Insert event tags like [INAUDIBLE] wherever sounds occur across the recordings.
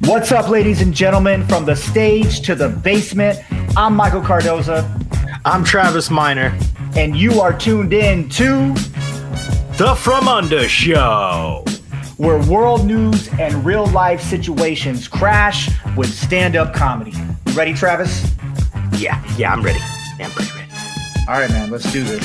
What's up, ladies and gentlemen, from the stage to the basement? I'm Michael Cardoza, I'm Travis Miner. and you are tuned in to The From Under Show. where world news and real life situations crash with stand up comedy. You ready, Travis? Yeah, yeah, I'm ready. I'm pretty ready. All right, man, let's do this.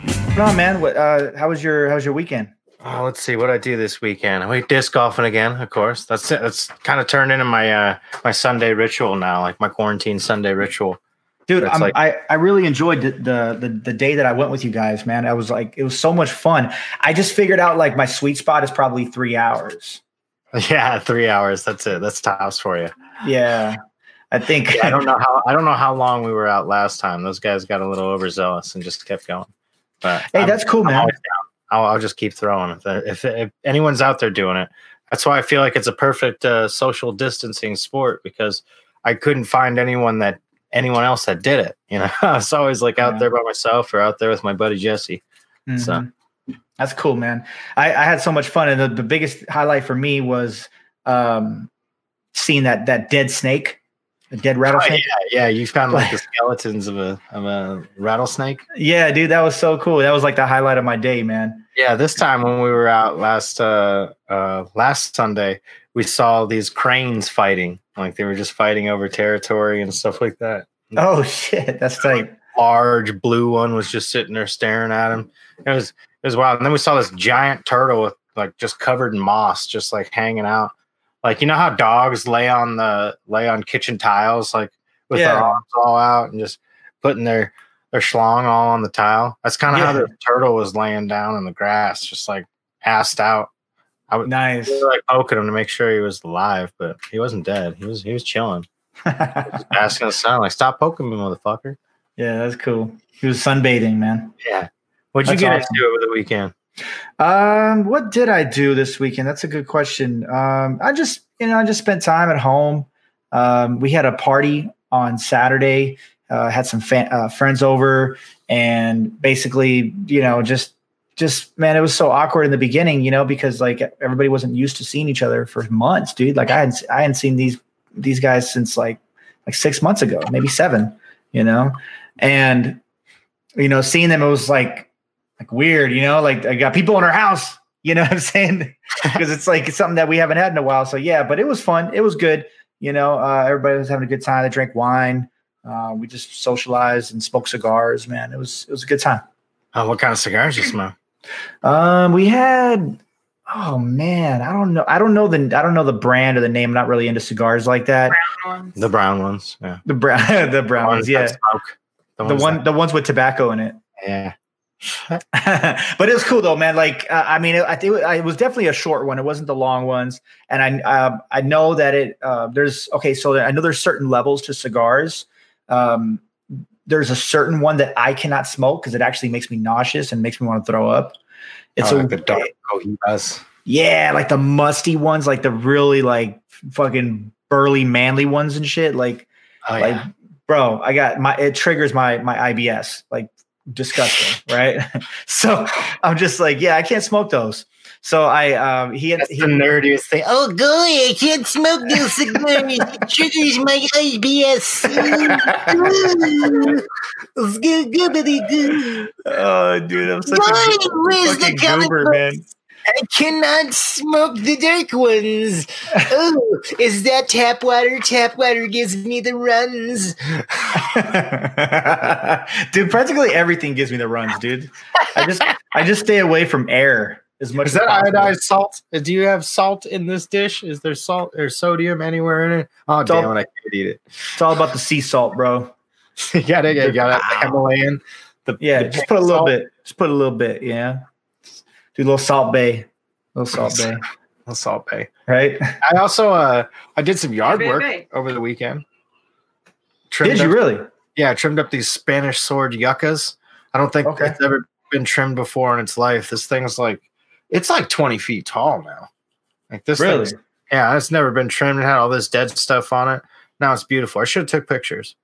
What's going on, man? What, uh, how was your How was your weekend? Oh, let's see what I do this weekend. I went disc golfing again, of course. That's it. That's kind of turned into my uh my Sunday ritual now, like my quarantine Sunday ritual. [LAUGHS] Dude, That's I'm, like- I I really enjoyed the, the the the day that I went with you guys, man. I was like, it was so much fun. I just figured out like my sweet spot is probably three hours. Yeah, three hours. That's it. That's tops for you. Yeah, I think. I don't know how I don't know how long we were out last time. Those guys got a little overzealous and just kept going. But [LAUGHS] hey, I'm- that's cool, I'm man. always down. I'll, I'll just keep throwing. If, if, if anyone's out there doing it, that's why I feel like it's a perfect uh, social distancing sport because I couldn't find anyone that anyone else that did it. You know, [LAUGHS] I was always like out Yeah. there by myself or out there with my buddy Jesse. So- Mhm. that's cool, man. I, I had so much fun, and the, the biggest highlight for me was um, seeing that that dead snake, a Oh, dead rattlesnake. yeah, yeah, you found [LAUGHS] like the skeletons of a of a rattlesnake. yeah. dude, that was so cool. That was like the highlight of my day, man. Yeah, this time when we were out last uh, uh, last Sunday, we saw these cranes fighting. Like they were just fighting over territory and stuff like that. Oh [LAUGHS] shit, that's tight. large blue one was just sitting there staring at him. It was it was wild. And then we saw this giant turtle with like just covered in moss, just like hanging out. Like you know how dogs lay on the lay on kitchen tiles, like with Yeah. their arms all out and just putting their their schlong all on the tile. That's kind of how Yeah. the turtle was laying down in the grass, just like assed out. Nice. [LAUGHS] We were like poking him to make sure he was alive, but he wasn't dead. He was he was chilling, asking us sound like stop poking me, motherfucker. Yeah, that's cool. He was sunbathing, man. Yeah. What'd you That's get awesome. into over the weekend? Um, what did I do this weekend? That's a good question. Um, I just you know I just spent time at home. Um, we had a party on Saturday. Uh, had some fan, uh, friends over, and basically you know just just man, it was so awkward in the beginning, you know, because like everybody wasn't used to seeing each other for months, dude. Like I hadn't I hadn't seen these these guys since like like six months ago, maybe seven, you know, and you know seeing them it was like like weird, you know, like I got people in our house, you know what I'm saying? Because it's like it's something that we haven't had in a while. So yeah, but it was fun. It was good. You know, uh, everybody was having a good time. They drank wine. Uh, we just socialized and smoked cigars, man. It was it was a good time. Oh, what kind of cigars you smoke? Um, we had oh man, I don't know. I don't know the I don't know the brand or the name. I'm not really into cigars like that. The brown ones. Yeah. The brown [LAUGHS] the brown ones, that yeah. Smoke. The The, ones one that- the ones with tobacco in it. yeah. [LAUGHS] but it was cool though, man. Like, uh, I mean, it, I think it was definitely a short one. It wasn't the long ones, and I um I know that it uh, there's okay. So I know there's certain levels to cigars. Um, there's a certain one that I cannot smoke because it actually makes me nauseous and makes me want to throw up. It's Oh, a like the dark cohibas. yeah, like the musty ones, like the really like fucking burly manly ones and shit. Like Oh, like yeah. bro i got my it triggers my my ibs like disgusting [LAUGHS] right so i'm just like yeah i can't smoke those so i um he had That's [LAUGHS] he, the nerdiest thing. Oh, golly, I can't smoke [LAUGHS] those cigars. It triggers my IBS. Skibbity-doo. oh dude i'm such Why? a Where's fucking the comic goober book? man [LAUGHS] I cannot smoke the dark ones. Oh, is that tap water? Tap water gives me the runs. dude practically everything gives me the runs dude i just i just stay away from air as much Is as that possible. iodized salt? Do you have salt in this dish? Is there salt or sodium anywhere in it? Oh, Salt. damn it, I can't eat it. [LAUGHS] it's all about the sea salt bro you gotta, you gotta have the Himalayan. The, yeah the just pink put a little salt. bit just put a little bit yeah do a little salt bay little salt bay The salt bay. right I also, uh, I did some yard Bay, work bay. over the weekend. Trimmed did you up- really Yeah, I trimmed up these Spanish sword yuccas. I don't think Okay. it's ever been trimmed before in its life. This thing's like, it's like 20 feet tall now. Like this really thing's Yeah, it's never been trimmed. It had all this dead stuff on it. Now it's beautiful. I should have took pictures.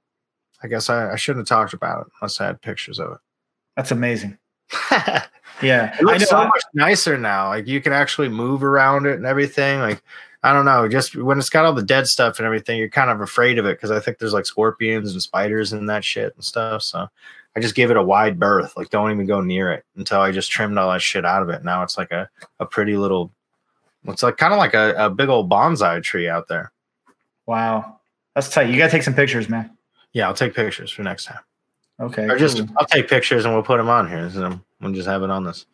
I guess I, I shouldn't have talked about it unless I had pictures of it. That's amazing. [LAUGHS] Yeah. It looks I know, so I- much nicer now. Like you can actually move around it and everything. Like I don't know, just when it's got all the dead stuff and everything, you're kind of afraid of it because I think there's like scorpions and spiders and that shit and stuff. So I just give it a wide berth. Like don't even go near it until I just trimmed all that shit out of it. Now it's like a a pretty little. It's like kind of like a, a big old bonsai tree out there. Wow. That's tight. You gotta take some pictures, man. Yeah, I'll take pictures for next time. Okay. Or just cool. I'll take pictures and we'll put them on here. So we'll just have it on this.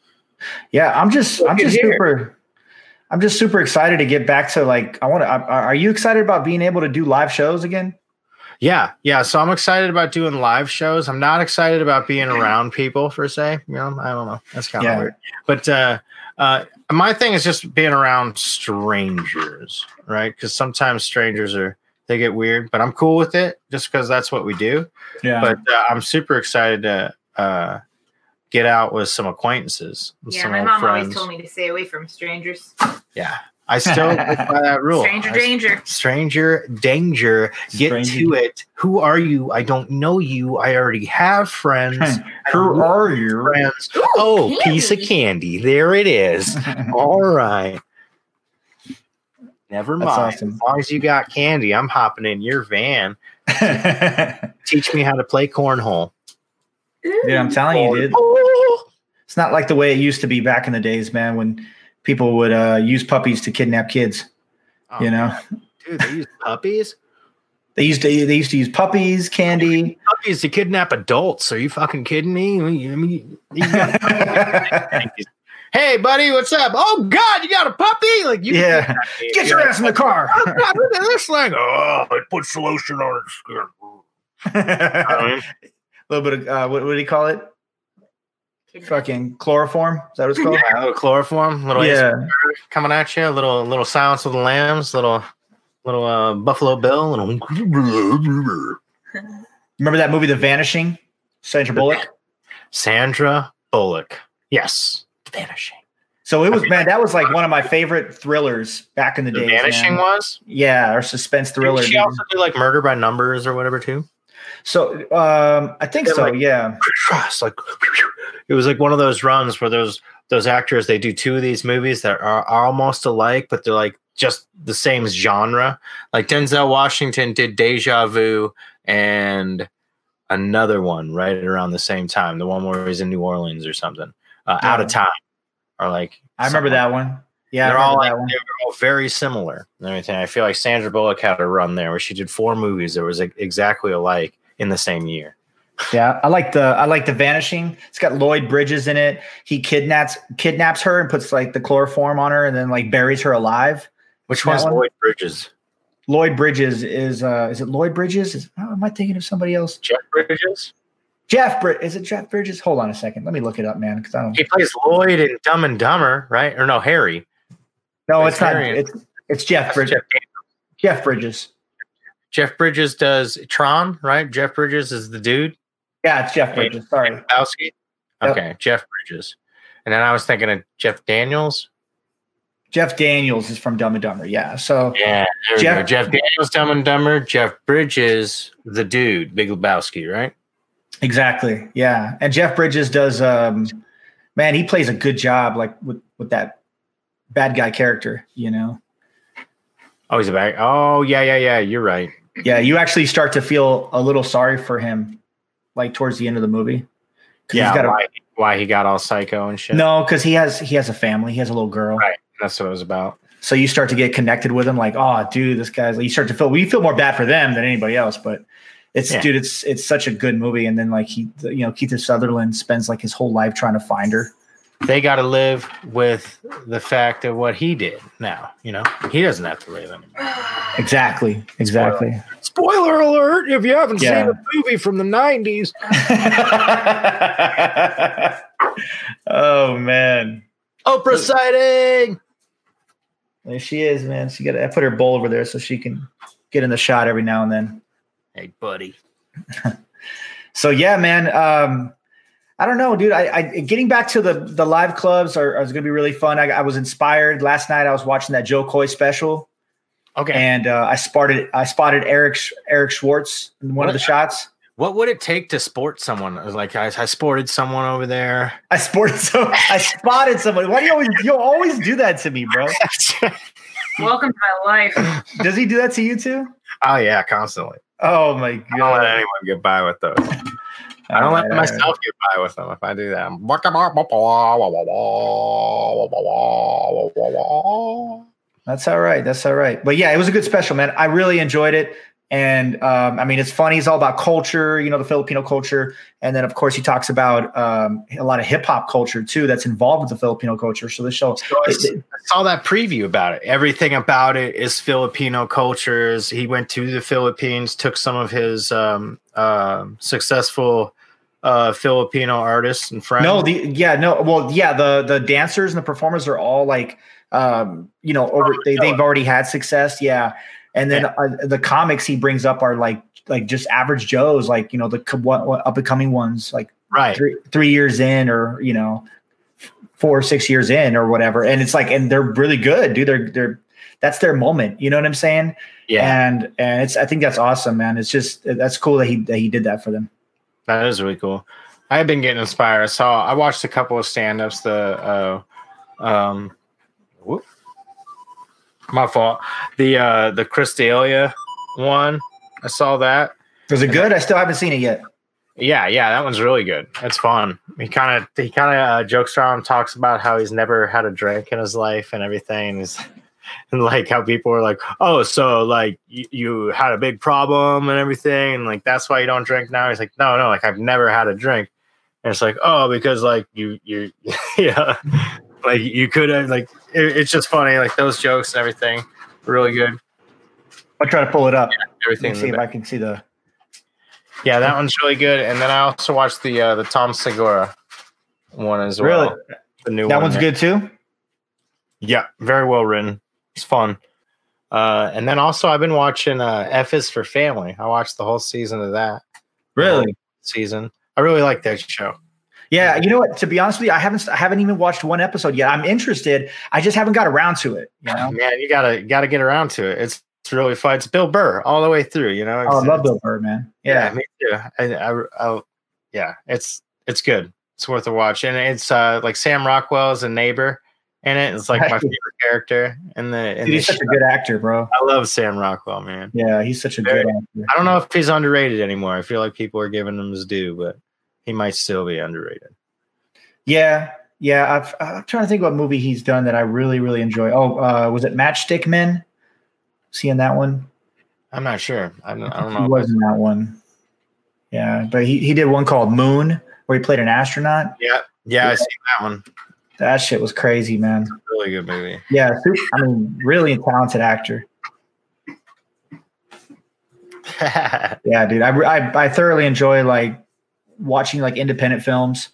yeah. I'm just I'm Look at just here. super. I'm just super excited to get back to like I want to. Are are you excited about being able to do live shows again? Yeah, yeah. So I'm excited about doing live shows. I'm not excited about being around people per se. You know, I don't know. That's kind of Yeah. weird. But uh, uh, my thing is just being around strangers, right? Because sometimes strangers are they get weird, but I'm cool with it just because that's what we do. Yeah. But uh, I'm super excited to uh, get out with some acquaintances, with Yeah, some my old mom friends. always told me to stay away from strangers. Yeah, I still live [LAUGHS] by that rule. Stranger I danger. Stranger danger, get Stranger- to it. Who are you? I don't know you. I already have friends. I [LAUGHS] don't Who know are you? [LAUGHS] friends? Oh, piece of candy. candy. There it is. All right. Never That's mind. awesome. As long as you got candy, I'm hopping in your van. Teach me how to play cornhole. Oh. dude, I'm telling you, dude. Cornhole. It's not like the way it used to be back in the days, man, when people would uh, use puppies to kidnap kids. Oh, you know, dude, they use puppies. they used to they used to use puppies, candy. [LAUGHS] Puppies to kidnap adults. Are you fucking kidding me? I mean, [LAUGHS] you got yeah, hey buddy, what's up? Oh God, you got a puppy? Like you get your ass in the car. [LAUGHS] Oh, God, look at this thing. [LAUGHS] Oh, it puts lotion on its skin. A I little bit of uh, what, what do you call it? Fucking chloroform. Is that what it's mean, called? yeah, a little chloroform, little yeah, ace coming at you, little little silence with the lambs, little little uh, Buffalo Bill, [LAUGHS] little remember that movie, The Vanishing? Sandra Bullock. Sandra Bullock. Yes, vanishing. So it was man, that was like one of my favorite thrillers back in the, The day. vanishing was Yeah, or suspense thriller. Didn't She dude. also do like murder by numbers or whatever too. So um, I think Yeah, so. like- yeah, Trust like it was like one of those runs where those those actors they do two of these movies that are almost alike, but they're like just the same genre. Like Denzel Washington did Deja Vu and another one right around the same time, the one where he's in New Orleans or something, uh, out of Yeah. time, or like I remember something. that one. Yeah, I they're remember all like, that they're one. all very similar and everything. I feel like Sandra Bullock had a run there where she did four movies that was like, exactly alike in the same year. Yeah, I like the I like the vanishing. It's got Lloyd Bridges in it. He kidnaps kidnaps her and puts like the chloroform on her and then like buries her alive. Which That one's one? Lloyd Bridges? Lloyd Bridges is uh is it Lloyd Bridges? Is, oh, am I thinking of somebody else? Jeff Bridges? Jeff Brid is it Jeff Bridges? Hold on a second. Let me look it up, man, because I don't He plays Lloyd in Dumb and Dumber, right? Or no, Harry. No, plays it's not Harry in- it's it's Jeff That's Bridges. Jeff, Jeff Bridges. Jeff Bridges does Tron, right? Jeff Bridges is the dude. Yeah, it's Jeff Wait. Bridges. Sorry. Lebowski. Yep. Okay, Jeff Bridges. And then I was thinking of Jeff Daniels. Jeff Daniels is from Dumb and Dumber. Yeah. So Yeah, there Jeff, Jeff- we go. Jeff Daniels, Dumb and Dumber. Jeff Bridges, the dude, Big Lebowski, right? Exactly. Yeah. And Jeff Bridges does um man, he plays a good job like with with that bad guy character, you know. Oh, he's a back. Oh, yeah, yeah, yeah. You're right. Yeah, you actually start to feel a little sorry for him like towards the end of the movie. 'Cause he's Yeah, got a- why, why he got all psycho and shit. no, cuz he has he has a family, he has a little girl. Right. that's what it was about. So you start to get connected with him like, "Oh, dude, this guy's you start to feel we feel more bad for them than anybody else, but it's Yeah. dude, it's it's such a good movie and then like he you know, Keith Sutherland spends like his whole life trying to find her. They got to live with the fact of what he did. Now, you know, he doesn't have to live anymore. Exactly. Exactly. Spoiler alert! If you haven't Yeah. seen a movie from the '90s, [LAUGHS] oh man, Oprah sighting. there she is, man. She got. I put her bowl over there so she can get in the shot every now and then. Hey, buddy. [LAUGHS] So yeah, man. Um, I don't know, dude. I, I getting back to the the live clubs are, is going to be really fun. I, I was inspired last night. I was watching that Joe Coy special, Okay, and uh, I spotted I spotted Eric Sch- Eric Schwartz in one of the shots. what would it take to sport someone? I was like, I, I sported someone over there. I [LAUGHS] sported so I spotted somebody. Why do you always you always do that to me, bro? Welcome to my life. [LAUGHS] Does he do that to you too? [LAUGHS] oh yeah, constantly. Oh my I don't let god! anyone get by with those. I don't let Alright, myself get by with them if I do that. I'm- That's all right. That's all right. But yeah, it was a good special, man. I really enjoyed it. And um, I mean, it's funny. It's all about culture, you know, the Filipino culture. And then, of course, he talks about um, a lot of hip hop culture too that's involved with the Filipino culture. So this show, So I s- I saw that preview about it. Everything about it is Filipino cultures. He went to the Philippines, took some of his um, um successful uh, Filipino artists and friends. no, the yeah, no, well, yeah, the the dancers and the performers are all like, um, you know, over they, they've already had success, yeah. And then uh, the comics he brings up are like like just average Joes, like you know the co- what, what up and coming ones, like right. three three years in or you know four or six years in or whatever and it's like and they're really good dude they're they're that's their moment you know what i'm saying Yeah, and and it's i think that's awesome man it's just that's cool that he that he did that for them that is really cool. I've been getting inspired. I saw I watched a couple of stand-ups, the uh um whoop, my fault. The uh the Chris D'Elia one. I saw that. was it good i still haven't seen it yet Yeah, yeah, that one's really good. It's fun. He kind of he kind of uh, jokes around, talks about how he's never had a drink in his life and everything. And, he's- [LAUGHS] and like how people are like, "Oh, so like you, you had a big problem and everything, and like that's why you don't drink now." He's like, "No, no, like I've never had a drink." And it's like, "Oh, because like you you [LAUGHS] yeah, like you could have like it, it's just funny like those jokes and everything, really good. i'll try to pull it up Everything. Let me see if in i the can see the Yeah, that one's really good. And then I also watched the uh, the Tom Segura one as well. Really? The new that one. one's good too Yeah, very well written. It's fun. Uh, and then also I've been watching uh, F is for Family. I watched the whole season of that season. I really like that show. yeah you know what to be honest with you i haven't i haven't even watched one episode yet i'm interested i just haven't got around to it you [LAUGHS] know Man, you gotta gotta get around to it. It's it's really fun. It's Bill Burr all the way through. You oh, know. i It's- love bill burr man yeah, yeah me too. I, I, I, yeah, it's it's good. It's worth a watch, and it's uh like Sam Rockwell is a neighbor in it. It's like my Right. favorite character, and the, Dude, in the he's show. such a good actor bro I love Sam Rockwell, man. yeah he's such a Very- good actor I don't know if he's underrated anymore. I feel like people are giving him his due, but he might still be underrated. Yeah, yeah. I've, I'm trying to think what movie he's done that I really, really enjoy. Oh, uh, was it Matchstick Men? Seeing that one? I'm not sure. I don't, I [LAUGHS] don't He know. was in that one. Yeah, but he, he did one called Moon where he played an astronaut. yeah, yeah, I see that one. That shit was crazy, man. Really good movie. [LAUGHS] Yeah, super, I mean, really talented actor. Yeah, dude. I, I I thoroughly enjoy like watching like independent films.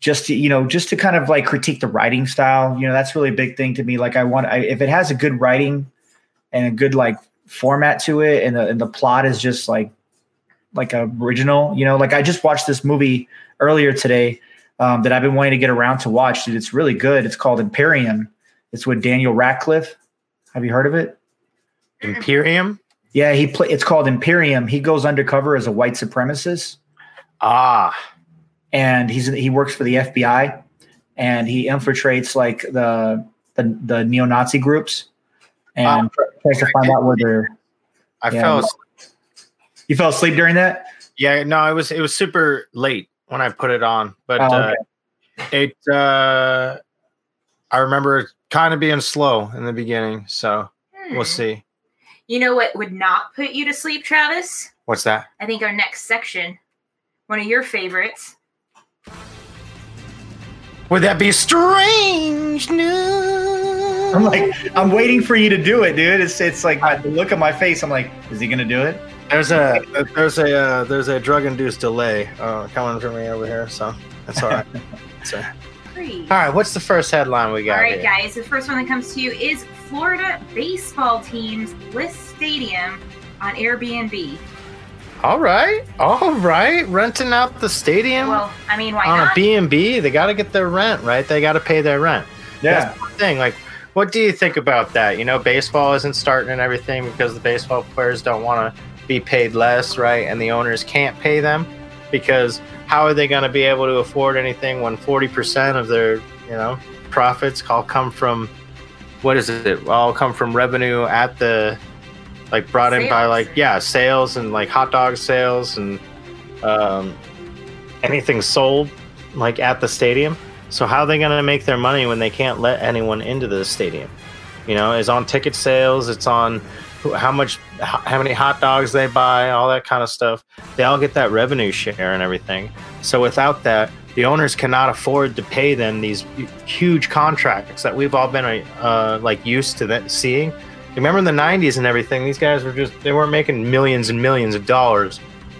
Just to, you know, just to kind of like critique the writing style. You know, that's really a big thing to me. Like, I want I, if it has a good writing and a good like format to it, and the and the plot is just like like original. You know, like I just watched this movie earlier today um, that I've been wanting to get around to watch. Dude, it's really good. It's called Imperium. It's with Daniel Radcliffe. Have you heard of it? Imperium. Yeah, he play. It's called Imperium. He goes undercover as a white supremacist. Ah, and he's he works for the FBI, and he infiltrates like the the, the neo Nazi groups, and tries to find out where they're. I Yeah. fell. asleep. You fell asleep during that? [LAUGHS] Yeah, no, it was it was super late when I put it on, but Oh, uh, okay. it uh i remember kind of being slow in the beginning so Hmm. we'll see You know what would not put you to sleep, Travis? what's that I think our next section, one of your favorites. would that be strange news I'm like, I'm waiting for you to do it, dude. It's it's like my, the look of my face. I'm like, is he gonna do it? there's a there's a uh, there's a drug induced delay uh, coming for me over here so that's all right so, [LAUGHS] all Three. right what's the first headline we got All right, here? guys. The first one that comes to you is Florida baseball teams list stadium on Airbnb. all right all right renting out the stadium Well, I mean, why on a not? b&b they got to get their rent right they got to pay their rent Yeah, thing. Like, what do you think about that? You know, baseball isn't starting and everything because the baseball players don't want to be paid less, right? And the owners can't pay them because how are they going to be able to afford anything when 40% of their, you know, profits all come from what is it? All come from revenue at the like brought in by Sales. like yeah, sales and like hot dog sales and um anything sold like at the stadium. So how are they going to make their money when they can't let anyone into the stadium? You know, it's on ticket sales, it's on who- how much how how many hot dogs they buy, all that kind of stuff. They all get that revenue share and everything. So without that, the owners cannot afford to pay them these huge contracts that we've all been uh, like used to that seeing. Remember in the '90s and everything; these guys were just—they weren't making millions and millions of dollars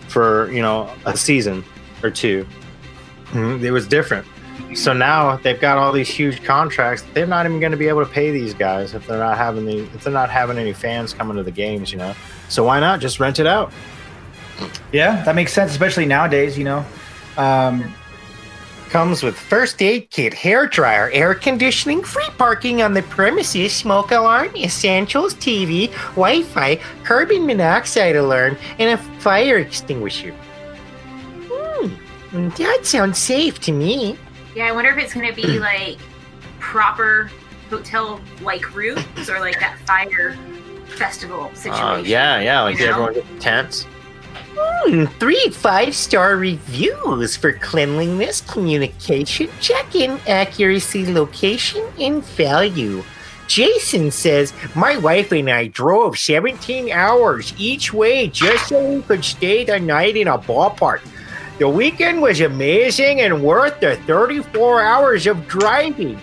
for you know a season or two. Mm, It was different. So now they've got all these huge contracts. They're not even going to be able to pay these guys if they're not having the if they're not having any fans coming to the games, you know. So why not just rent it out? Yeah, that makes sense, especially nowadays. You know, um, Comes with first aid kit, hair dryer, air conditioning, free parking on the premises, smoke alarm, essentials, TV, Wi-Fi, carbon monoxide alarm, and a fire extinguisher. Hmm, that sounds safe to me. Yeah, I wonder if it's [CLEARS THROAT] gonna be like proper hotel like rooms or like that fire Uh, festival situation. yeah, yeah, like You know? everyone gets tents. Hmm, three five star reviews for cleanliness, communication, check in, accuracy, location, and value. Jason says, My wife and I drove 17 hours each way just so we could stay the night in a ballpark. The weekend was amazing and worth the 34 hours of driving.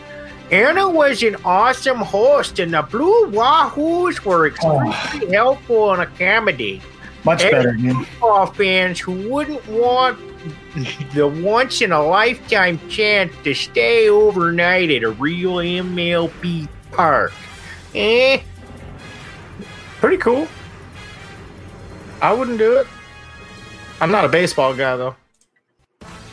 Anna was an awesome host, and the Blue Wahoos were Oh, extremely helpful and accommodating much Hey. better. Dude. football fans who wouldn't want the once in a lifetime chance to stay overnight at a real MLB park. Eh. Pretty cool. I wouldn't do it. I'm not a baseball guy though.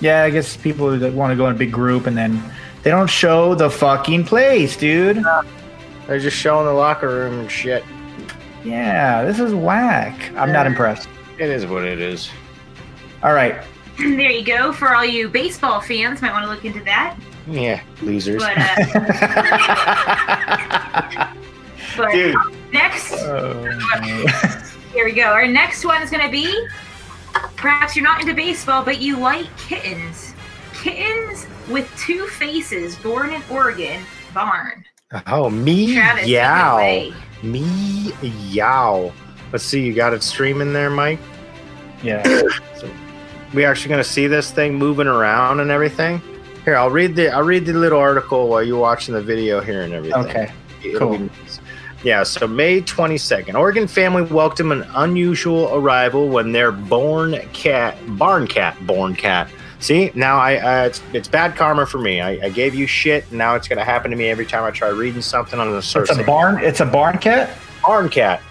Yeah, I guess people that want to go in a big group and then they don't show the fucking place, dude. They're just showing the locker room and shit. Yeah, this is whack. I'm not impressed. It is what it is. All right, [LAUGHS] [CLEARS THROAT] There you go. For all you baseball fans, might want to look into that. Yeah, losers. But [LAUGHS] uh, [LAUGHS] but Dude. next, Oh. here we go. Our next one is gonna be. Perhaps you're not into baseball, but you like kittens. Kittens with two faces, born in Oregon, barn. oh, me? Travis, take it Yow. away. Me? Yow. Let's see, you got it streaming there, Mike? yeah. So we actually going to see this thing moving around and everything. Here, I'll read the I'll read the little article while you're watching the video here and everything. Okay. It'll be nice. Yeah, so May 22nd, Oregon family welcomed an unusual arrival when their born cat, barn cat, born cat. See, now I, I it's, it's bad karma for me. I, I gave you shit, and now it's going to happen to me every time I try reading something on the search. It's a engine barn. It's a barn cat. barn cat.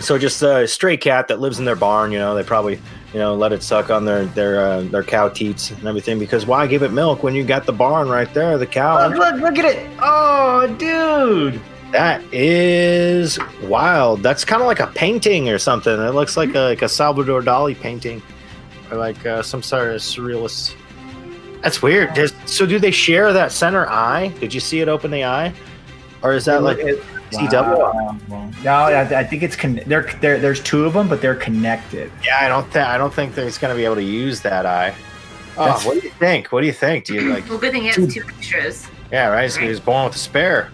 So just a stray cat that lives in their barn. You know, they probably you know let it suck on their their uh, their cow teats and everything because why give it milk when you got the barn right there, the cow. Look, look, look at it. Oh, dude. That is wild. That's kind of like a painting or something. It looks like a, like a Salvador Dali painting, or like uh, some sort of surrealist. That's weird. Does, so do they share that center eye? Did you see it open the eye, or is that like It- CW? Wow. No, I, I think it's con- they're, they're, there's two of them, but they're connected. Yeah, I don't think I don't think that he's going to be able to use that eye. Oh, That's- what do you think? What do you think? Do you [LAUGHS] like? Well, good thing it has two extras. Yeah, right. So he was born with a spare.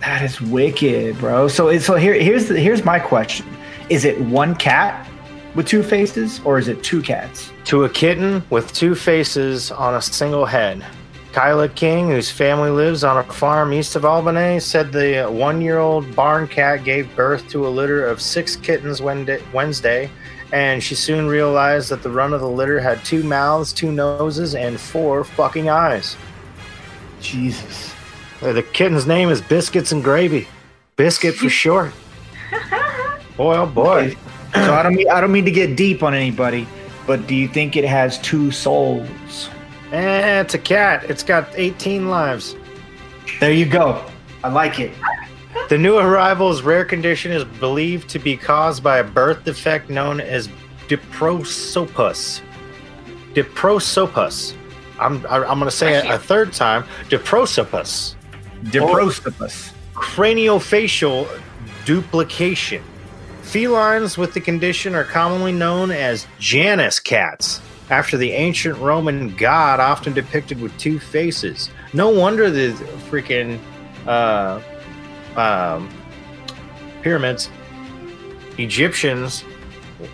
That is wicked, bro. So it- so here here's the, here's my question: Is it one cat with two faces, or is it two cats? To a kitten with two faces on a single head. Kyla King, whose family lives on a farm east of Albany, said the one year old barn cat gave birth to a litter of six kittens Wed- Wednesday, and she soon realized that the run of the litter had two mouths, two noses, and four fucking eyes. Jesus. Uh, The kitten's name is Biscuits and Gravy. Biscuit for short. boy, oh boy. So I don't mean I don't mean to get deep on anybody, but do you think it has two souls? Eh, it's a cat. It's got 18 lives. There you go. I like it. The new arrival's rare condition is believed to be caused by a birth defect known as diprosopus. Diprosopus. I'm I, I'm going to say it a third time. Diprosopus. Diprostopus. Craniofacial duplication. Felines with the condition are commonly known as Janus cats, after the ancient Roman god often depicted with two faces. No wonder the freaking uh, um, pyramids, Egyptians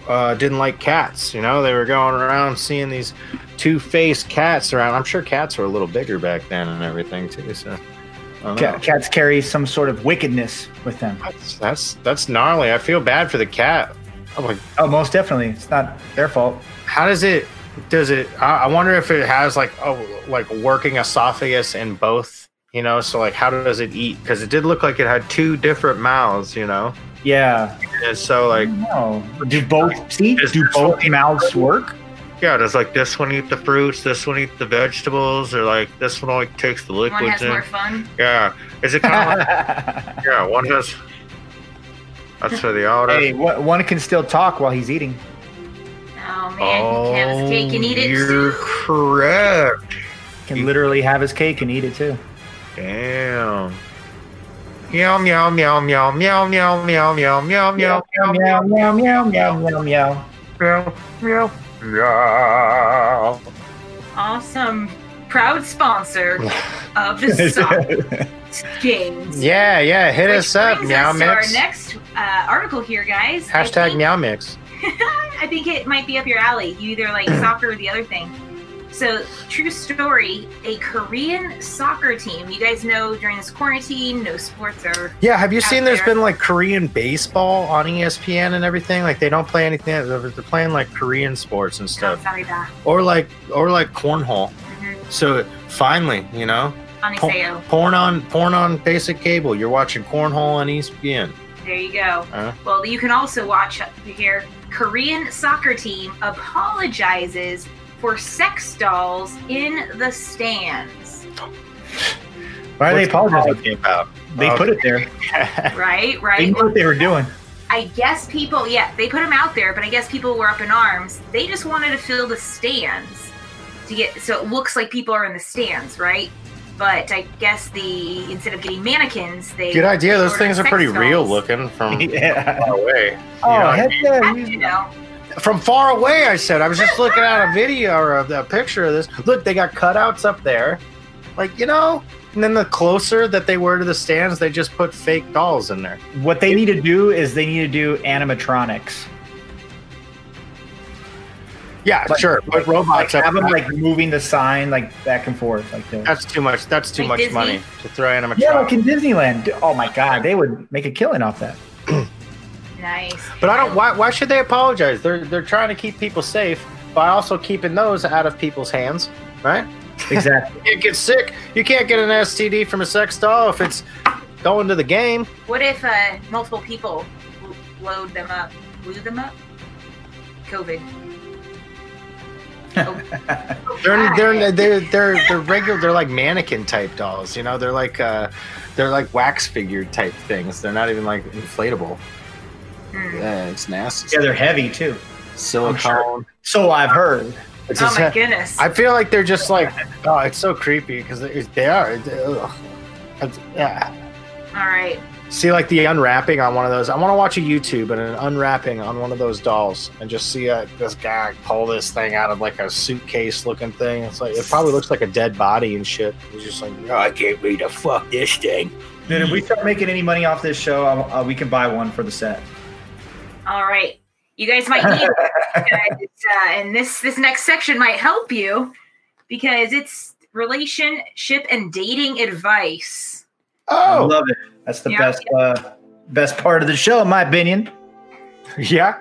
uh, didn't like cats. You know, they were going around seeing these two faced cats around. I'm sure cats were a little bigger back then and everything, too. So, I don't know. Ca- Cats carry some sort of wickedness with them. That's, that's that's gnarly. I feel bad for the cat. I'm like, Oh, most definitely. It's not their fault. how does it? Does it? I, I wonder if it has like oh, like working esophagus in both. You know, so like, how does it eat? Because it did look like it had two different mouths. You know, Yeah. and so like, No. Do both see? Is Do this both what- mouths work? [LAUGHS] yeah, does like this one eat the fruits? This one eat the vegetables, or like this one like takes the One liquids has in? more fun. Yeah, is it kind of hey, like yeah? One does. That's [LAUGHS] for the order. wha- one can still talk while he's eating. Oh man, you can have his cake and eat it Oh, You're too. correct. Can literally have his cake and eat it too. Damn. Meow meow meow meow meow meow meow meow meow meow meow meow meow, meow, meow, meow, meow, meow. meow meow meow. Awesome. Proud sponsor of the Sock Games. Yeah, yeah, hit Which us up, brings meow us to Our mix. next uh, article here, guys. I Hashtag think- meow mix. I think it might be up your alley. You either [CLEARS THROAT] like soccer or the other thing. So, true story a Korean soccer team. You guys know during this quarantine, no sports are. Yeah, have you seen there's there. been like Korean baseball on E ESPN and everything? Like they don't play anything they're they're playing like Korean sports and stuff. Sorry, that. Or like or like cornhole. Mm-hmm. So finally, you know, Aniseo. porn on porn on basic cable. You're watching cornhole on E ESPN. There you go. Huh? Well, you can also watch up here. Korean soccer team apologizes for sex dolls in [LAUGHS] the stands. Why are they apologizing? about? They put it there. Right, They right. knew what they were doing. I guess people, yeah, they put them out there, but I guess people were up in arms. They just wanted to fill the stands to get so it looks like people are in the stands, right? But I guess the instead of getting mannequins, they Good idea. Those ordered things are sex pretty real dolls. [LAUGHS] looking [LAUGHS] from Yeah. far away. Oh, Yeah. heck yeah. You you- know, From far away, I said. I was just looking at a video or a, a picture of this. Look, they got cutouts up there. Like, you know? And then the closer that they were to the stands, they just put fake dolls in there. [LAUGHS] What they need to do is they need to do animatronics. Yeah, Like- sure. Put Like, robots up have them there. like moving the sign like back and forth like this. That's too much. That's too Like much Disney? money to throw animatronics. Yeah, like in Disneyland. Oh my God, they would make a killing off [LAUGHS] that. nice. But I don't. Why, why should they apologize? They're they're trying to keep people safe by also keeping those out of people's hands, right? Exactly. You can't get sick. You can't get an STD from a sex doll if it's going to the game. What if uh, multiple people l- load them up, blew them up? COVID. Oh. They're they're they're they're they're regular. They're like mannequin type dolls. You know, they're like uh, they're like wax figure type things. They're not even like inflatable. Hmm. Yeah, it's nasty. yeah, they're heavy too. Silicone. I'm sure. So I've heard. It's Oh just- my goodness. I feel like they're just like oh, it's so creepy because they are. They- ugh. It's- yeah. All right. see like the unwrapping on one of those. I want to watch a YouTube and an unwrapping on one of those dolls and just see uh, this guy pull this thing out of like a suitcase looking thing. It's like it probably looks like a dead body and shit. He's just like, oh, I can't wait to fuck this thing. Then if we start making any money off this show, I'll, uh, we can buy one for the set. All right. You guys [LAUGHS] might need it, guys. It's, uh, and this this next section might help you because it's relationship and dating advice. I Oh love it. That's the Yeah. best uh, best part of the show, in my opinion. [LAUGHS] yeah,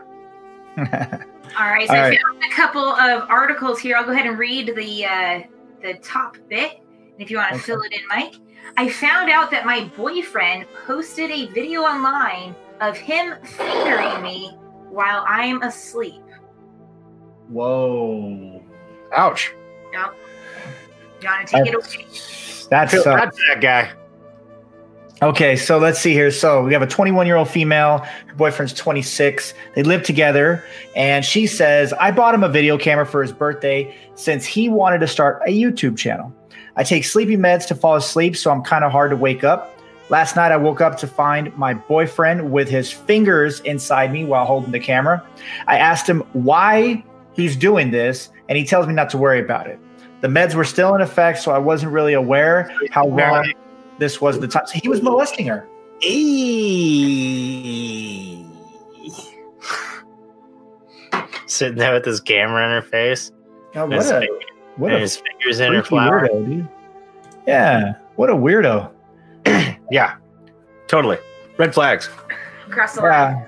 All right. So All I right. found a couple of articles here. I'll go ahead and read the uh, the top bit. And if you want to Okay. fill it in, Mike, I found out that my boyfriend posted a video online of him fingering me while I'm asleep. Whoa. ouch. You want to take it away? That's Feel uh, bad for that guy. Okay, so let's see here. So we have a 21 year old female. Her boyfriend's 26. They live together. And she says, I bought him a video camera for his birthday since he wanted to start a YouTube channel. I take sleepy meds to fall asleep, so I'm kind of hard to wake up. Last night, I woke up to find my boyfriend with his fingers inside me while holding the camera. I asked him why he's doing this, and he tells me not to worry about it. The meds were still in effect, so I wasn't really aware how long this was the time. So he was molesting her. Sitting there with his camera in her face, Now, and what his, a fingers- what and a his fingers in her freaky flower. weirdo, dude. Yeah, what a weirdo. Yeah, totally. Red flags. Across the line. Yeah.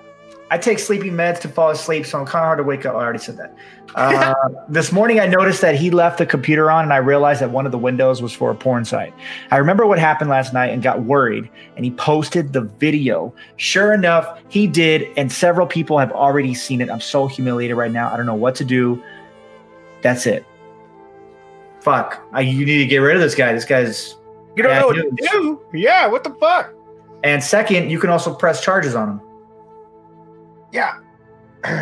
I take sleeping meds to fall asleep, so I'm kind of hard to wake up. I already said that. Uh, this morning, I noticed that he left the computer on, and I realized that one of the windows was for a porn site. I remember what happened last night and got worried, and he posted the video. Sure enough, he did, and several people have already seen it. I'm so humiliated right now. I don't know what to do. That's it. Fuck. I, you need to get rid of this guy. This guy's. You don't Yeah, know what he to was- do. Yeah, what the fuck? And second, you can also press charges on him. Yeah.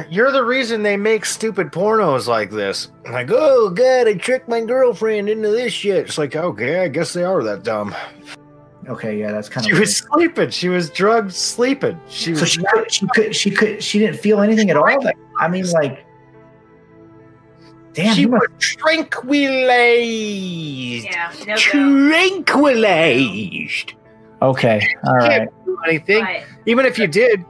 You're the reason they make stupid pornos like this. Like, oh god, I tricked my girlfriend into this shit. It's like, okay, I guess they are that dumb. Okay, yeah, that's kind She of. was sleeping. She was drugged sleeping. She So was she could, she could, she could, she didn't feel anything at all. Like, I mean, like, damn, she you must, was tranquilized. Yeah, no go. Tranquilized. okay, all right, Can't do anything. But Even if you did,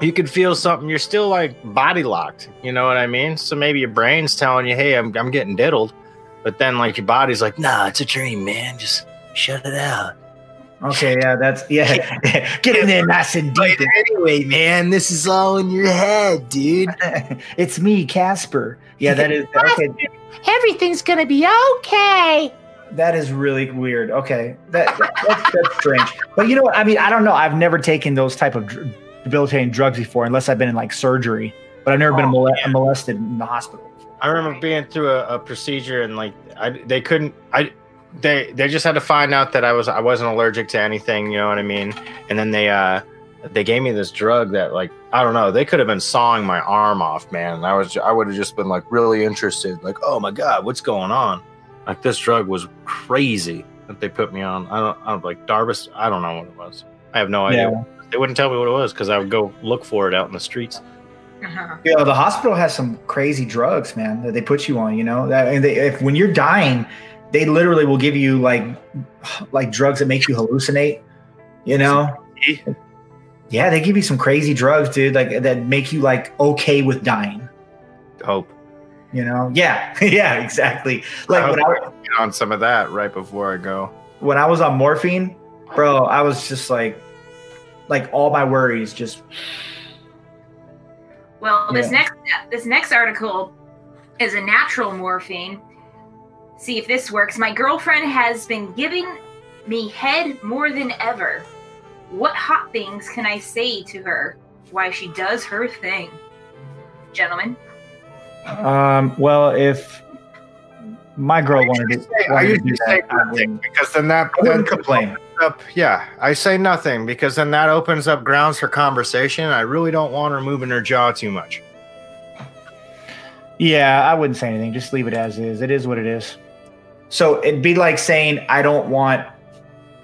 you could feel something. You're still like body locked. You know what I mean? So maybe your brain's telling you, "Hey, I'm I'm getting diddled," but then like your body's like, "Nah, it's a dream, man. Just shut it out." okay, yeah, that's yeah, [LAUGHS] get in there nice and But deep. anyway, man, this is all in your head, dude. [LAUGHS] it's me, Casper. Yeah, that is okay. Everything's gonna be okay. That is really weird. Okay, that that's, that's strange. But you know what? I mean, I don't know. I've never taken those type of dr- debilitating drugs before, unless I've been in like surgery. But I've never been Oh, mole- yeah. molested in the hospital. I remember being through a, a procedure and like I, they couldn't I they they just had to find out that I was I wasn't allergic to anything, you know what I mean? And then they uh they gave me this drug that like I don't know, they could have been sawing my arm off, man. And I was I would have just been like really interested, like, oh my god, what's going on? Like this drug was crazy that they put me on. I don't I don't like Darbus, I don't know what it was. I have no idea. They wouldn't tell me what it was because I would go look for it out in the streets. uh-huh. you know the hospital has some crazy drugs man that they put you on you know that and they if when you're dying they literally will give you like [SIGHS] like drugs that make you hallucinate you know yeah they give you some crazy drugs dude like that make you like okay with dying Hope. you know yeah [LAUGHS] yeah exactly like when I, get on some of that right before I go. when I was on morphine bro i was just like like all my worries just Well, this Yeah. next this next article is a natural morphine. See if this works. My girlfriend has been giving me head more than ever. What hot things can I say to her? Why she does her thing, gentlemen? um well if my girl wanted to, I wanted to usually do say that, I nothing wouldn't, because then that I wouldn't complain up. Yeah, I say nothing because then that opens up grounds for conversation. I really don't want her moving her jaw too much. Yeah, I wouldn't say anything. Just leave it as is. It is what it is. So it'd be like saying I don't want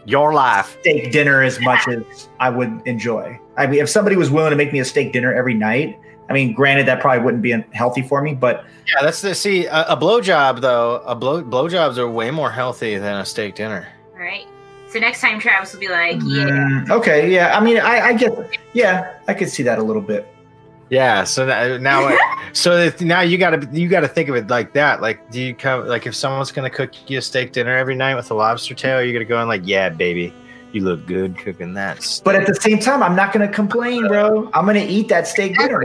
Your life. steak dinner as much as I would enjoy. I mean, if somebody was willing to make me a steak dinner every night, I mean, granted that probably wouldn't be healthy for me, but Yeah, that's the see a, a blowjob though. A blow blowjobs are way more healthy than a steak dinner. All right. So next time Travis will be like, "Yeah, Oh, Mm, okay, yeah. I mean, I, I get, yeah, I could see that a little bit. Yeah, so that, now [LAUGHS] so if, now you got to you got to think of it like that. Like, do you come like if someone's gonna cook you a steak dinner every night with a lobster tail, you're gonna go in like, yeah, baby, you look good cooking that. steak." But at the same time, I'm not gonna complain, bro. I'm gonna eat that steak dinner.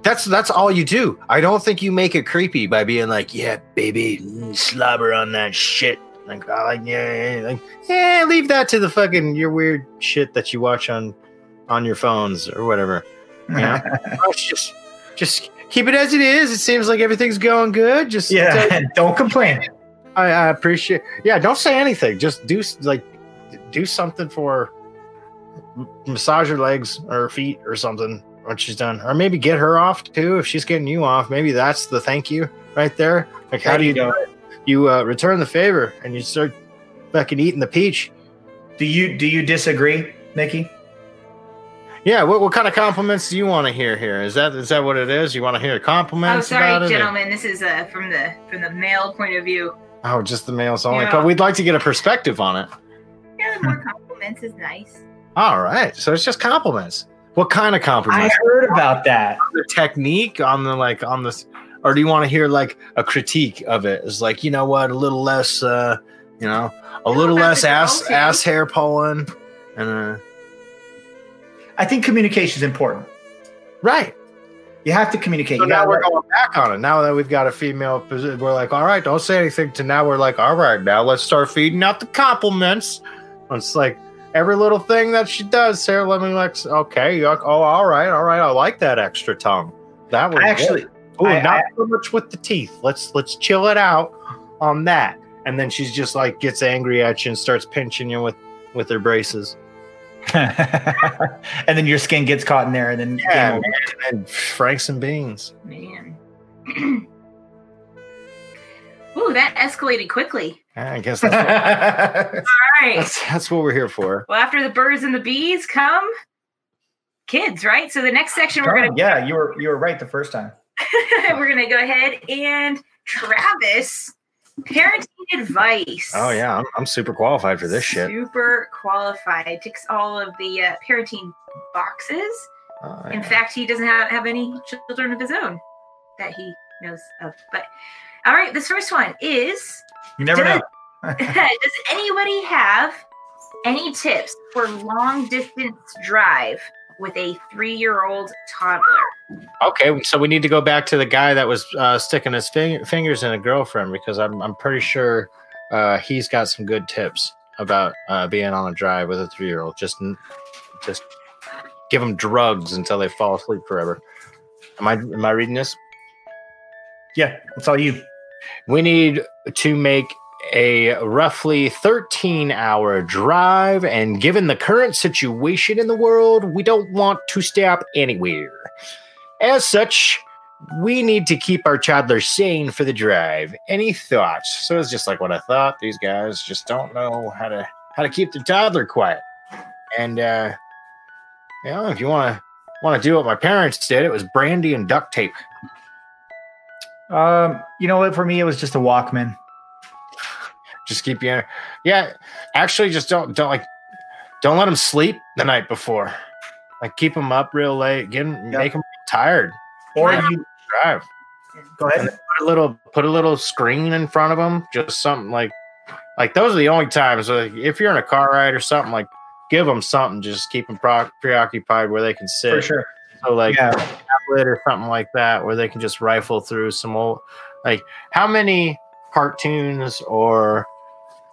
That's that's all you do. I don't think you make it creepy by being like, yeah, baby, mm, slobber on that shit. Like, I like, yeah, yeah, like, yeah, leave that to the fucking your weird shit that you watch on on your phones or whatever. You know? Let's just just keep it as it is. It seems like everything's going good. [LAUGHS] Just yeah, [LAUGHS] don't complain. I, I appreciate. Yeah, don't say anything. Just do s- like do something for massage her legs or her feet or something when she's done, or maybe get her off too if she's getting you off. Maybe that's the thank you right there. Like, how do you do it? You uh, return the favor and you start fucking eating the peach. Do you do you disagree, Nikki? Yeah, what, what kind of compliments do you want to hear here? Is that is that what it is? You want to hear Oh, compliments? about sorry, it? gentlemen. This is uh, from the from the male point of view. Oh, just the males only. Yeah. But we'd like to get a perspective on it. Yeah, [LAUGHS] the more compliments is nice. All right. So it's just compliments. What kind of I compliments? heard about that. the technique on the like on this or do you want to hear like a critique of it? It's like, you know what, a little less uh, you know, a little about less the ass girl, too. ass hair pulling and uh I think communication is important. right. You have to communicate. So you now gotta we're let- going back on it. Now that we've got a female position, we're like, all right, don't say anything. To now we're like, all right, now let's start feeding out the compliments. It's like every little thing that she does, Sarah Lemon like, okay, yuck, oh, all right, all right, I like that extra tongue. That was I actually, good. Ooh, I- Oh, not so much with the teeth. Let's let's chill it out on that. And then she's just like gets angry at you and starts pinching you with with her braces. and then your skin gets caught in there, and then game Yeah, over. [LAUGHS] man. And then Franks and beans. Man. [CLEARS THROAT] Ooh, that escalated quickly. I [LAUGHS] guess that's what, All right. that's, that's what we're here for. Well, after the birds and the bees come kids, right? So the next section we're gonna [LAUGHS] Oh, yeah, you were you were right the first time. we're gonna go ahead and Travis parenting advice. Oh yeah, I'm, I'm super qualified for this shit. Super qualified. Ticks all of the uh, parenting boxes. Oh, In yeah. fact, he doesn't have, have any children of his own that he knows of. But all right, this first one is You never Did I- know. Does anybody have any tips for long distance drive with a three year old toddler? [LAUGHS] Okay, so we need to go back to the guy that was uh, sticking his fing- fingers in a girlfriend because I'm I'm pretty sure uh, he's got some good tips about uh, being on a drive with a three year old. Just n- just give them drugs until they fall asleep forever. Am I am I reading this? Yeah, it's all you. We need to make a roughly 13 hour drive, and given the current situation in the world, we don't want to stop anywhere. As such, we need to keep our toddler sane for the drive. Any thoughts? So it's just like what I thought. These guys just don't know how to how to keep the toddler quiet. And uh, you know, if you want to want to do what my parents did, it was brandy and duct tape. Um, you know what? For me, it was just a Walkman. just keep you yeah actually just don't don't like don't let them sleep the night before like keep them up real late get 'em- Yeah. make them tired Or Wow. you drive go ahead. put a little put a little screen in front of them just something like like those are the only times like if you're in a car ride or something like give them something just keep them pro- preoccupied where they can sit For sure. so like yeah. tablet or something like that where they can just rifle through some old like how many cartoons or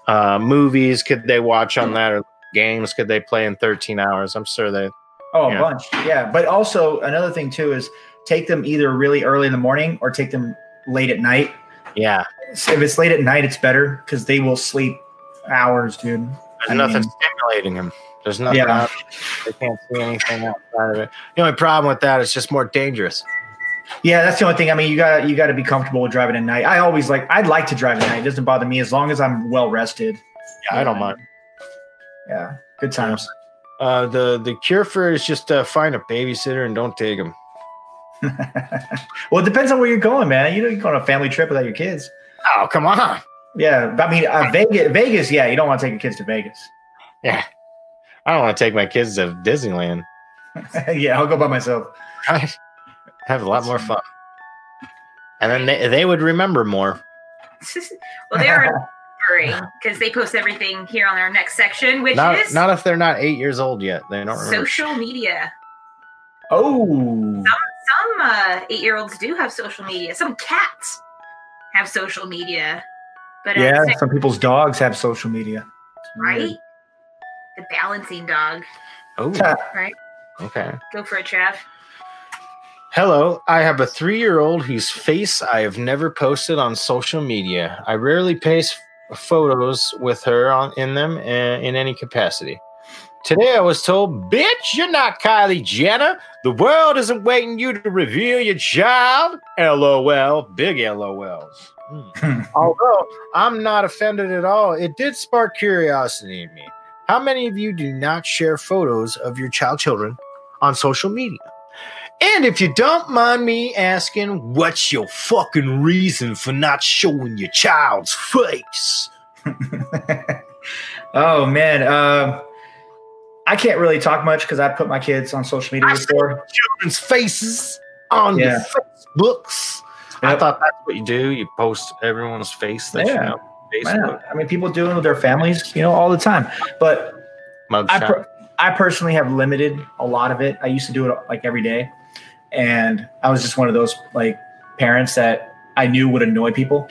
uh, movies could they watch on that or games could they play in 13 hours i'm sure they Oh, a Yeah. bunch. Yeah. But also another thing too is take them either really early in the morning or take them late at night. yeah So If it's late at night, it's better because they will sleep hours, dude. there's I nothing mean- stimulating them there's nothing Yeah. out- they can't see anything outside of it the only problem with that is just more dangerous Yeah, that's the only thing. I mean, you got you got to be comfortable with driving at night. I always like I'd like to drive at night. It doesn't bother me as long as I'm well rested. yeah, i don't mind Yeah, good times. [LAUGHS] uh, the the cure for it is just uh, find a babysitter and don't take them well, it depends on where you're going, man. You know, you go on a family trip without your kids. oh come on Yeah, but I mean, uh, Vegas, Vegas. Yeah, you don't want to take your kids to Vegas. [LAUGHS] i don't want to take my kids to disneyland yeah, I'll go by myself. I have a lot more fun. And then they, they would remember more. [LAUGHS] well, they're worrying because they post everything here on our next section, which Not is not if they're not eight years old yet. They don't remember. social media. Oh, Some uh, eight year olds do have social media, some cats have social media. But uh, yeah. it's Some people's dogs have social media. right? The balancing dog. Oh, Right. okay. Go for it, Trav. Hello, I have a three year old whose face I have never posted on social media. I rarely paste photos with her on, in them uh, in any eh, capacity. Today I was told, bitch, you're not Kylie Jenner. The world isn't waiting you to reveal your child. LOL, big LOLs. Hmm. Although I'm not offended at all, it did spark curiosity in me. How many of you do not share photos of your child children on social media? And if you don't mind me asking, what's your fucking reason for not showing your child's face? [LAUGHS] oh man, um, I can't really talk much because I put my kids on social media I see before. Children's faces on Yeah. your Facebooks. I Yep. thought that's what you do. You post everyone's face that Yeah. you Why know. not? I mean, people do it with their families, you know, all the time. But Facebook. I, mugshot. per- I personally have limited a lot of it. I used to do it like every day, and I was just one of those like parents that I knew would annoy people.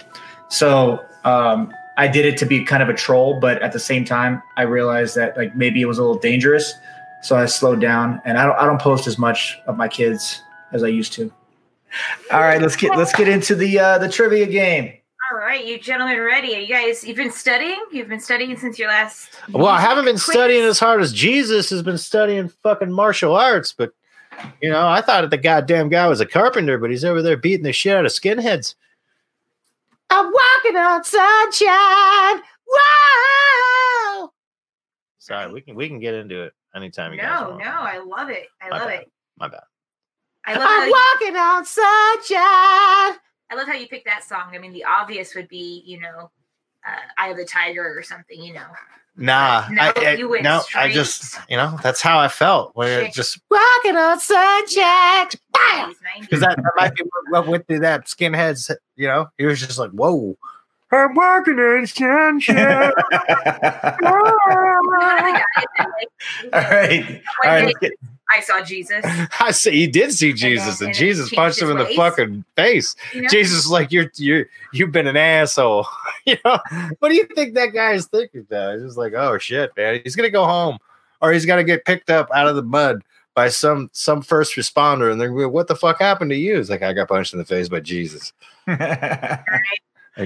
So um, I did it to be kind of a troll, but at the same time, I realized that like maybe it was a little dangerous. So I slowed down, and I don't I don't post as much of my kids as I used to. All right, let's get let's get into the uh, the trivia game. [LAUGHS] All right, you gentlemen, ready? Are you guys? You've been studying. You've been studying since your last. Well, I haven't been quiz? studying as hard as Jesus has been studying fucking martial arts, but you know, I thought the goddamn guy was a carpenter, but he's over there beating the shit out of skinheads. I'm walking on sunshine. Wow. Sorry, we can we can get into it anytime you guys No, want. no, I love it. I My love bad. it. My bad. I [LAUGHS] love. How you, walking on sunshine. I love how you picked that song. I mean, the obvious would be, you know, uh, "Eye of the Tiger" or something. You know, Nah, No, I, I- you went no, I straight. just you know that's how I felt. Where it Shit. just walking on sunshine. Wow. 80s, 90s. [LAUGHS] because that, that might be what, what went through that skinhead's. You know, he was just like, "Whoa, I'm working [LAUGHS] on sunshine." all [LAUGHS] right, all right, let's get, I saw Jesus. I say he did see Jesus, and then- and Jesus changed punched him his in the ways. fucking face. You know? Jesus is like, "You're you're you've been an asshole." [LAUGHS] you know, what do you think that guy is thinking? Though he's just like, "Oh shit, man, he's gonna go home, or he's gonna get picked up out of the mud." By some some first responder, and they're gonna be, what the fuck happened to you? It's like I got punched in the face by Jesus, [LAUGHS] and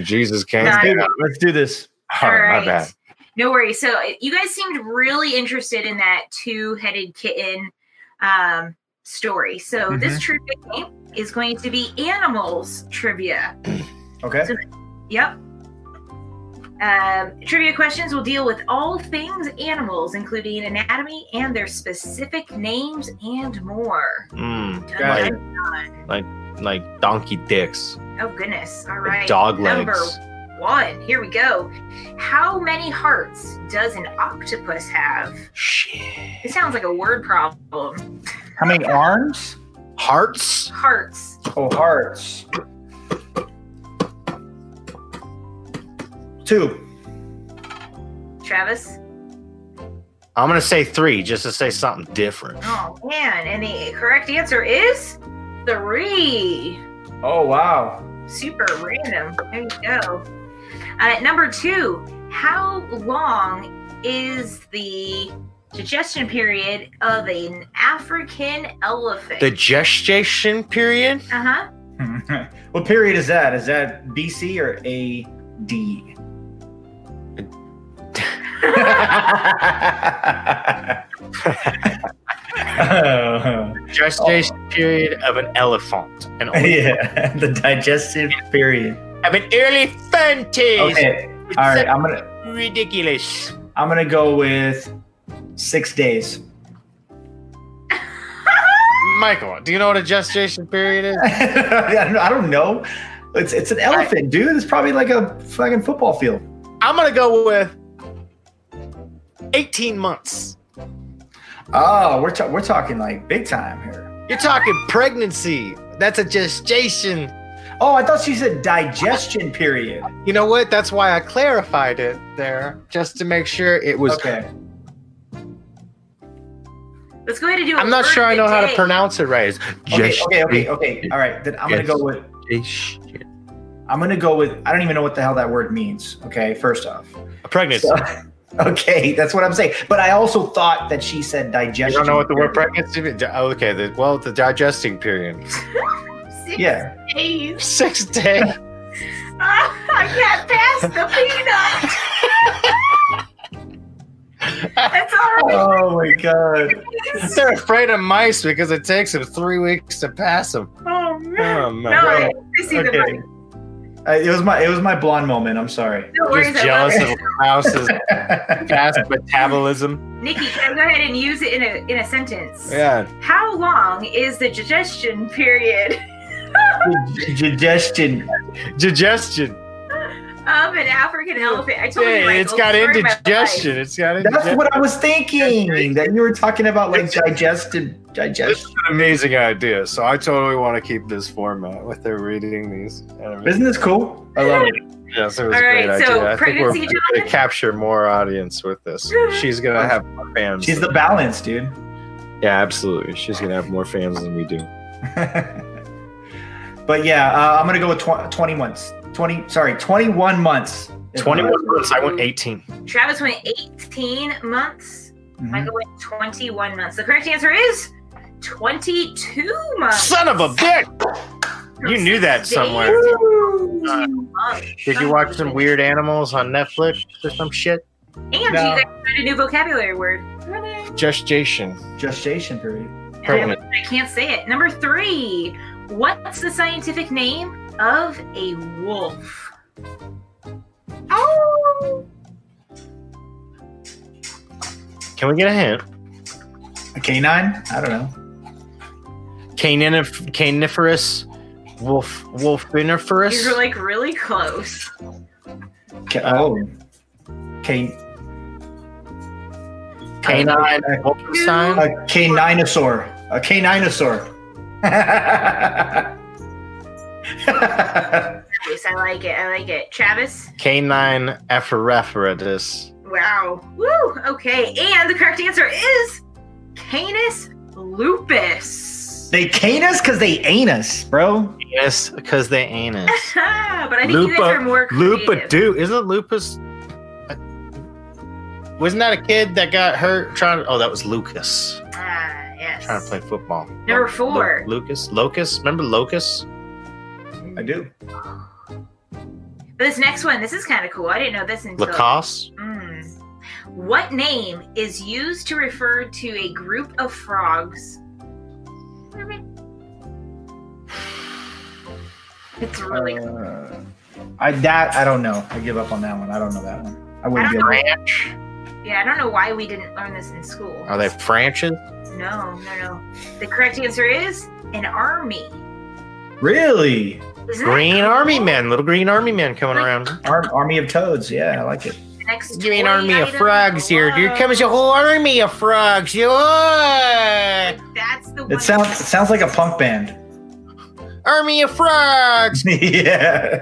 Jesus came. Nah, let's, do down. this. let's do this. All right, my All right. bad. No worries. So uh, you guys seemed really interested in that two-headed kitten um, story. So Mm-hmm. this trivia game is going to be animals trivia. Okay. Yep. Um, trivia questions will deal with all things animals, including anatomy and their specific names and more. Mm, Dun, Got it. dun, dun. like donkey dicks, Oh goodness! All and right. dog Number legs. one. Here we go. How many hearts does an octopus have? Shit. It sounds like a word problem. How many arms? Hearts. Hearts. Oh, hearts. Two. Travis. I'm gonna say three, just to say something different. Oh man! And the correct answer is three. Oh, wow. [LAUGHS] Super random. There you go. Uh, number two, how long is the digestion period of an African elephant? The gestation period. uh huh. what period is that? Is that BC or [LAUGHS] AD? Gestation Oh. period of an elephant. An Oh, [LAUGHS] yeah, the digestive period. of an elephant. Okay. It's All right. I'm gonna ridiculous. I'm gonna go with six days. [LAUGHS] Michael, do you know what a gestation period is? I don't know. It's it's an elephant, dude. It's probably like a fucking football field. I'm gonna go with 18 months. Oh, we're ta- we're talking like big time here. You're talking pregnancy. That's a gestation. Oh, I thought she said digestion period. You know what? That's why I clarified it there, just to make sure it was. Okay. Let's go ahead and do. a I'm not word sure of I the know how to day. pronounce it right. It's Okay, okay, okay, okay. All right, then I'm gonna go with gestation. I'm gonna go with I don't even know what the hell that word means. Okay, first off. A pregnancy. So- [LAUGHS] okay, that's what I'm saying. But I also thought that she said I digestion. don't know what the word period. pregnancy means. Oh, Okay, the, well, the digesting period. [LAUGHS] Six Yeah. days. Six day. [LAUGHS] I can't pass [LAUGHS] the peanut. That's all right. Oh my god! They're afraid of mice because it takes them three weeks to pass them. Oh man. Oh, No, man. I, I see the Okay. money. I, Uh, it was my it was my blonde moment. I'm sorry. No worries. Just I jealous love of it. House's [LAUGHS] fast metabolism. Nikki, can I go ahead and use it in a in a sentence? Yeah. How long is the digestion period [LAUGHS] Digestion. Digestion. of an African elephant? I told you, Yeah, Michael, it's got the story of my life. indigestion. It's got That's indigestion. what I was thinking. That you were talking about like digested This is digestion. an amazing idea. So I totally want to keep this format with their reading these. Isn't this cool? I love it. Yes, it was All a right, great idea. so I think we're pregnancy, going to Jonathan? capture more audience with this. Mm-hmm. She's going to have more fans. She's the balance, dude. [LAUGHS] yeah, absolutely. She's going to have more fans than we do. but yeah, uh, I'm gonna go with tw- 20 months. 20, sorry, 21 months. 21 months. I went 18. Travis went 18 months. Mm-hmm. Mhm. Michael went 21 months. The correct answer is 22 months. Son of a bitch! You knew that Days somewhere. to Woo! months. Did you watch some weird animals on Netflix or some shit? And you No. guys learned a new vocabulary word. And Gestation. Gestation period. I, I can't say it. Number three. What's the scientific name of a wolf? Oh. Can we get a hint? A canine? I don't know. Canif- caniferous wolf wolfiniferous You're like really close. Ca- oh, K. canine wolfenstein A caninosaur. A caninosaur. Nice. I like it. I like it. Travis? canine aphoraphrodus Wow. Woo. Okay. And the correct answer is Canis [LAUGHS] lupus. [LAUGHS] they cane us because they ain't us, bro. yes because they ain't [LAUGHS] it but I think you guys are more creative. lupa do isn't lupus wasn't that a kid that got hurt trying to, oh that was lucas Ah, yes. trying to play football Number Lu- four. Lu- lucas locus remember locus I do. But this next one, this is kind of cool. I didn't know this until. lacoste Mm. What name is used to refer to a group of frogs? It's really cool. Uh, I that I don't know. I give up on that one. I don't know that one. I wouldn't I give don't up. branch yeah. I don't know why we didn't learn this in school. are they franches No, no, no. The correct answer is an army. Really? Isn't that green cool? army men little green army men coming around Ar- Army of Toads. Yeah, I like it. Next Give me an toy army of item. frogs here. Here Whoa. comes a whole army of frogs. Yeah. That's the one. It sounds it sounds like a punk band. [LAUGHS] Army of frogs. [LAUGHS] yeah.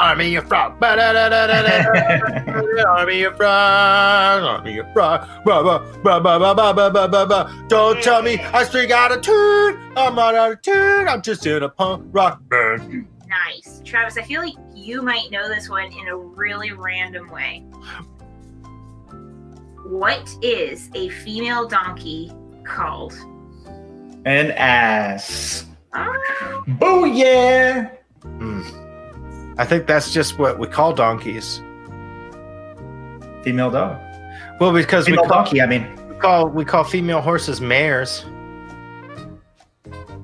[LAUGHS] Army of frogs. [LAUGHS] Army of frogs. Army of frogs. Ba, ba, ba, ba, ba, ba, ba, ba, ba, ba. Don't tell me I speak out of tune. I'm not out of tune. I'm just in a punk rock band. Nice. Travis, I feel like you might know this one in a really random way. What is a female donkey called? An ass. Ah, Booyah! I think that's just what we call donkeys. Female dog. Well, because we Female call, donkey. I mean, we call we call female horses mares.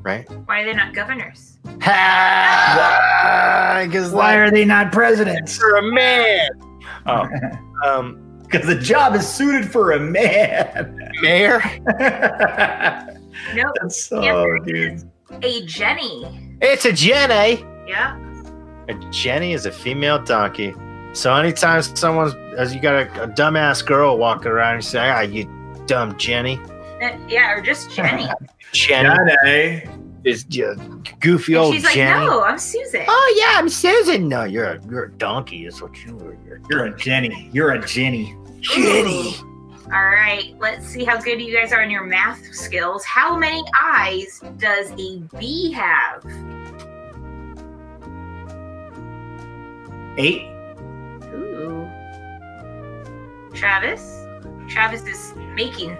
Right? why are they not governors? Because why are they not presidents? for a man? Oh, um, Because the job is suited for a man. [LAUGHS] mayor. That's No, so, dude. a Jenny. It's a Jenny. Yeah. A Jenny is a female donkey. So anytime someone's as you got a, a dumbass girl walking around, you say, "Ah, you dumb Jenny." Uh, Yeah, or [LAUGHS] just Jenny. Jenny Jenny. is just goofy And old she's like, Jenny. no, I'm Susan. Oh yeah, I'm Susan. No, you're a, you're a donkey. Is what you are. You're You're a Jenny. You're a Jenny. Jenny. All right, let's see how good you guys are in your math skills. How many eyes does a bee have? Eight. Ooh. Travis? Travis is making.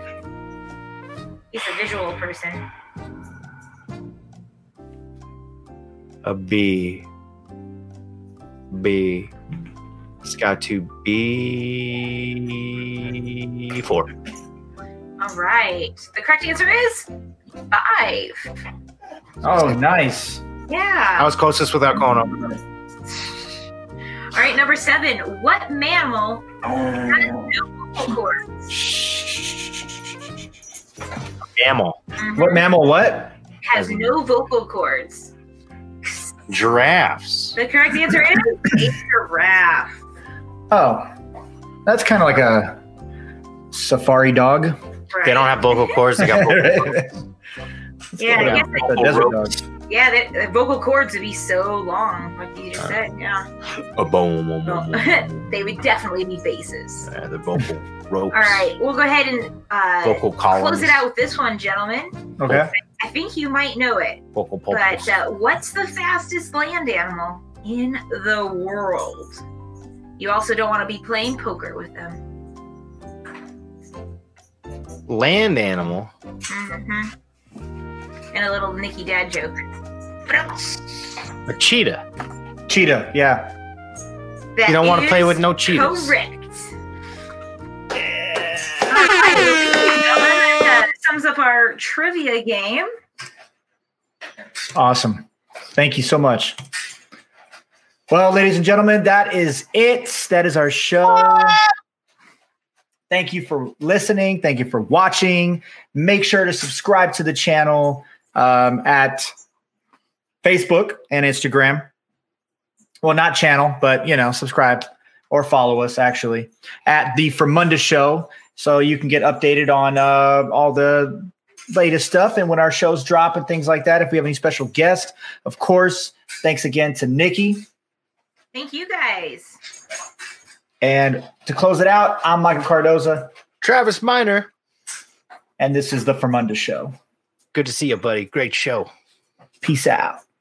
He's a visual person. a bee. Bee. It's got to be four. All right. The correct answer is five. Oh, nice. I Yeah. was closest without going over. Oh. All right. Number seven. What mammal has no vocal cords? Mammal. Mhm. What mammal? What? has no vocal cords? Giraffes. The correct answer is a giraffe. Oh, that's kind of like a safari dog. Right. They don't have vocal cords. [LAUGHS] They got vocal yeah, Yeah, I guess a desert dog. Yeah, the, the vocal cords would be so long, like you Oh. just said. Yeah, A boom. boom, Well, [LAUGHS] boom, boom, boom. they would definitely be basses. Yeah, the vocal ropes. All right, we'll go ahead and uh, Vocal columns. close it out with this one, gentlemen. Okay. I think you might know it, Vocal pulpals. but uh, what's the fastest land animal in the world? You also don't want to be playing poker with them. Land animal. hmm Mm-hmm. And a little Nicky Dad joke. A cheetah. Cheetah. Yeah. That You don't want to play is with no cheetahs. Correct. That sums up our trivia game. Awesome. Thank you so much. Well, ladies and gentlemen, that is it. That is our show. Thank you for listening. Thank you for watching. Make sure to subscribe to the channel um, at Facebook and Instagram. Well, not channel, but you know, subscribe or follow us actually at the Fremunda Show, so you can get updated on uh, all the latest stuff and when our shows drop and things like that. If we have any special guests, of course. Thanks again to Nikki. Thank you guys. And to close it out, I'm Michael Cardoza, Travis Miner. and this is the Fermunda Show. Good to see you, buddy. Great show. Peace out.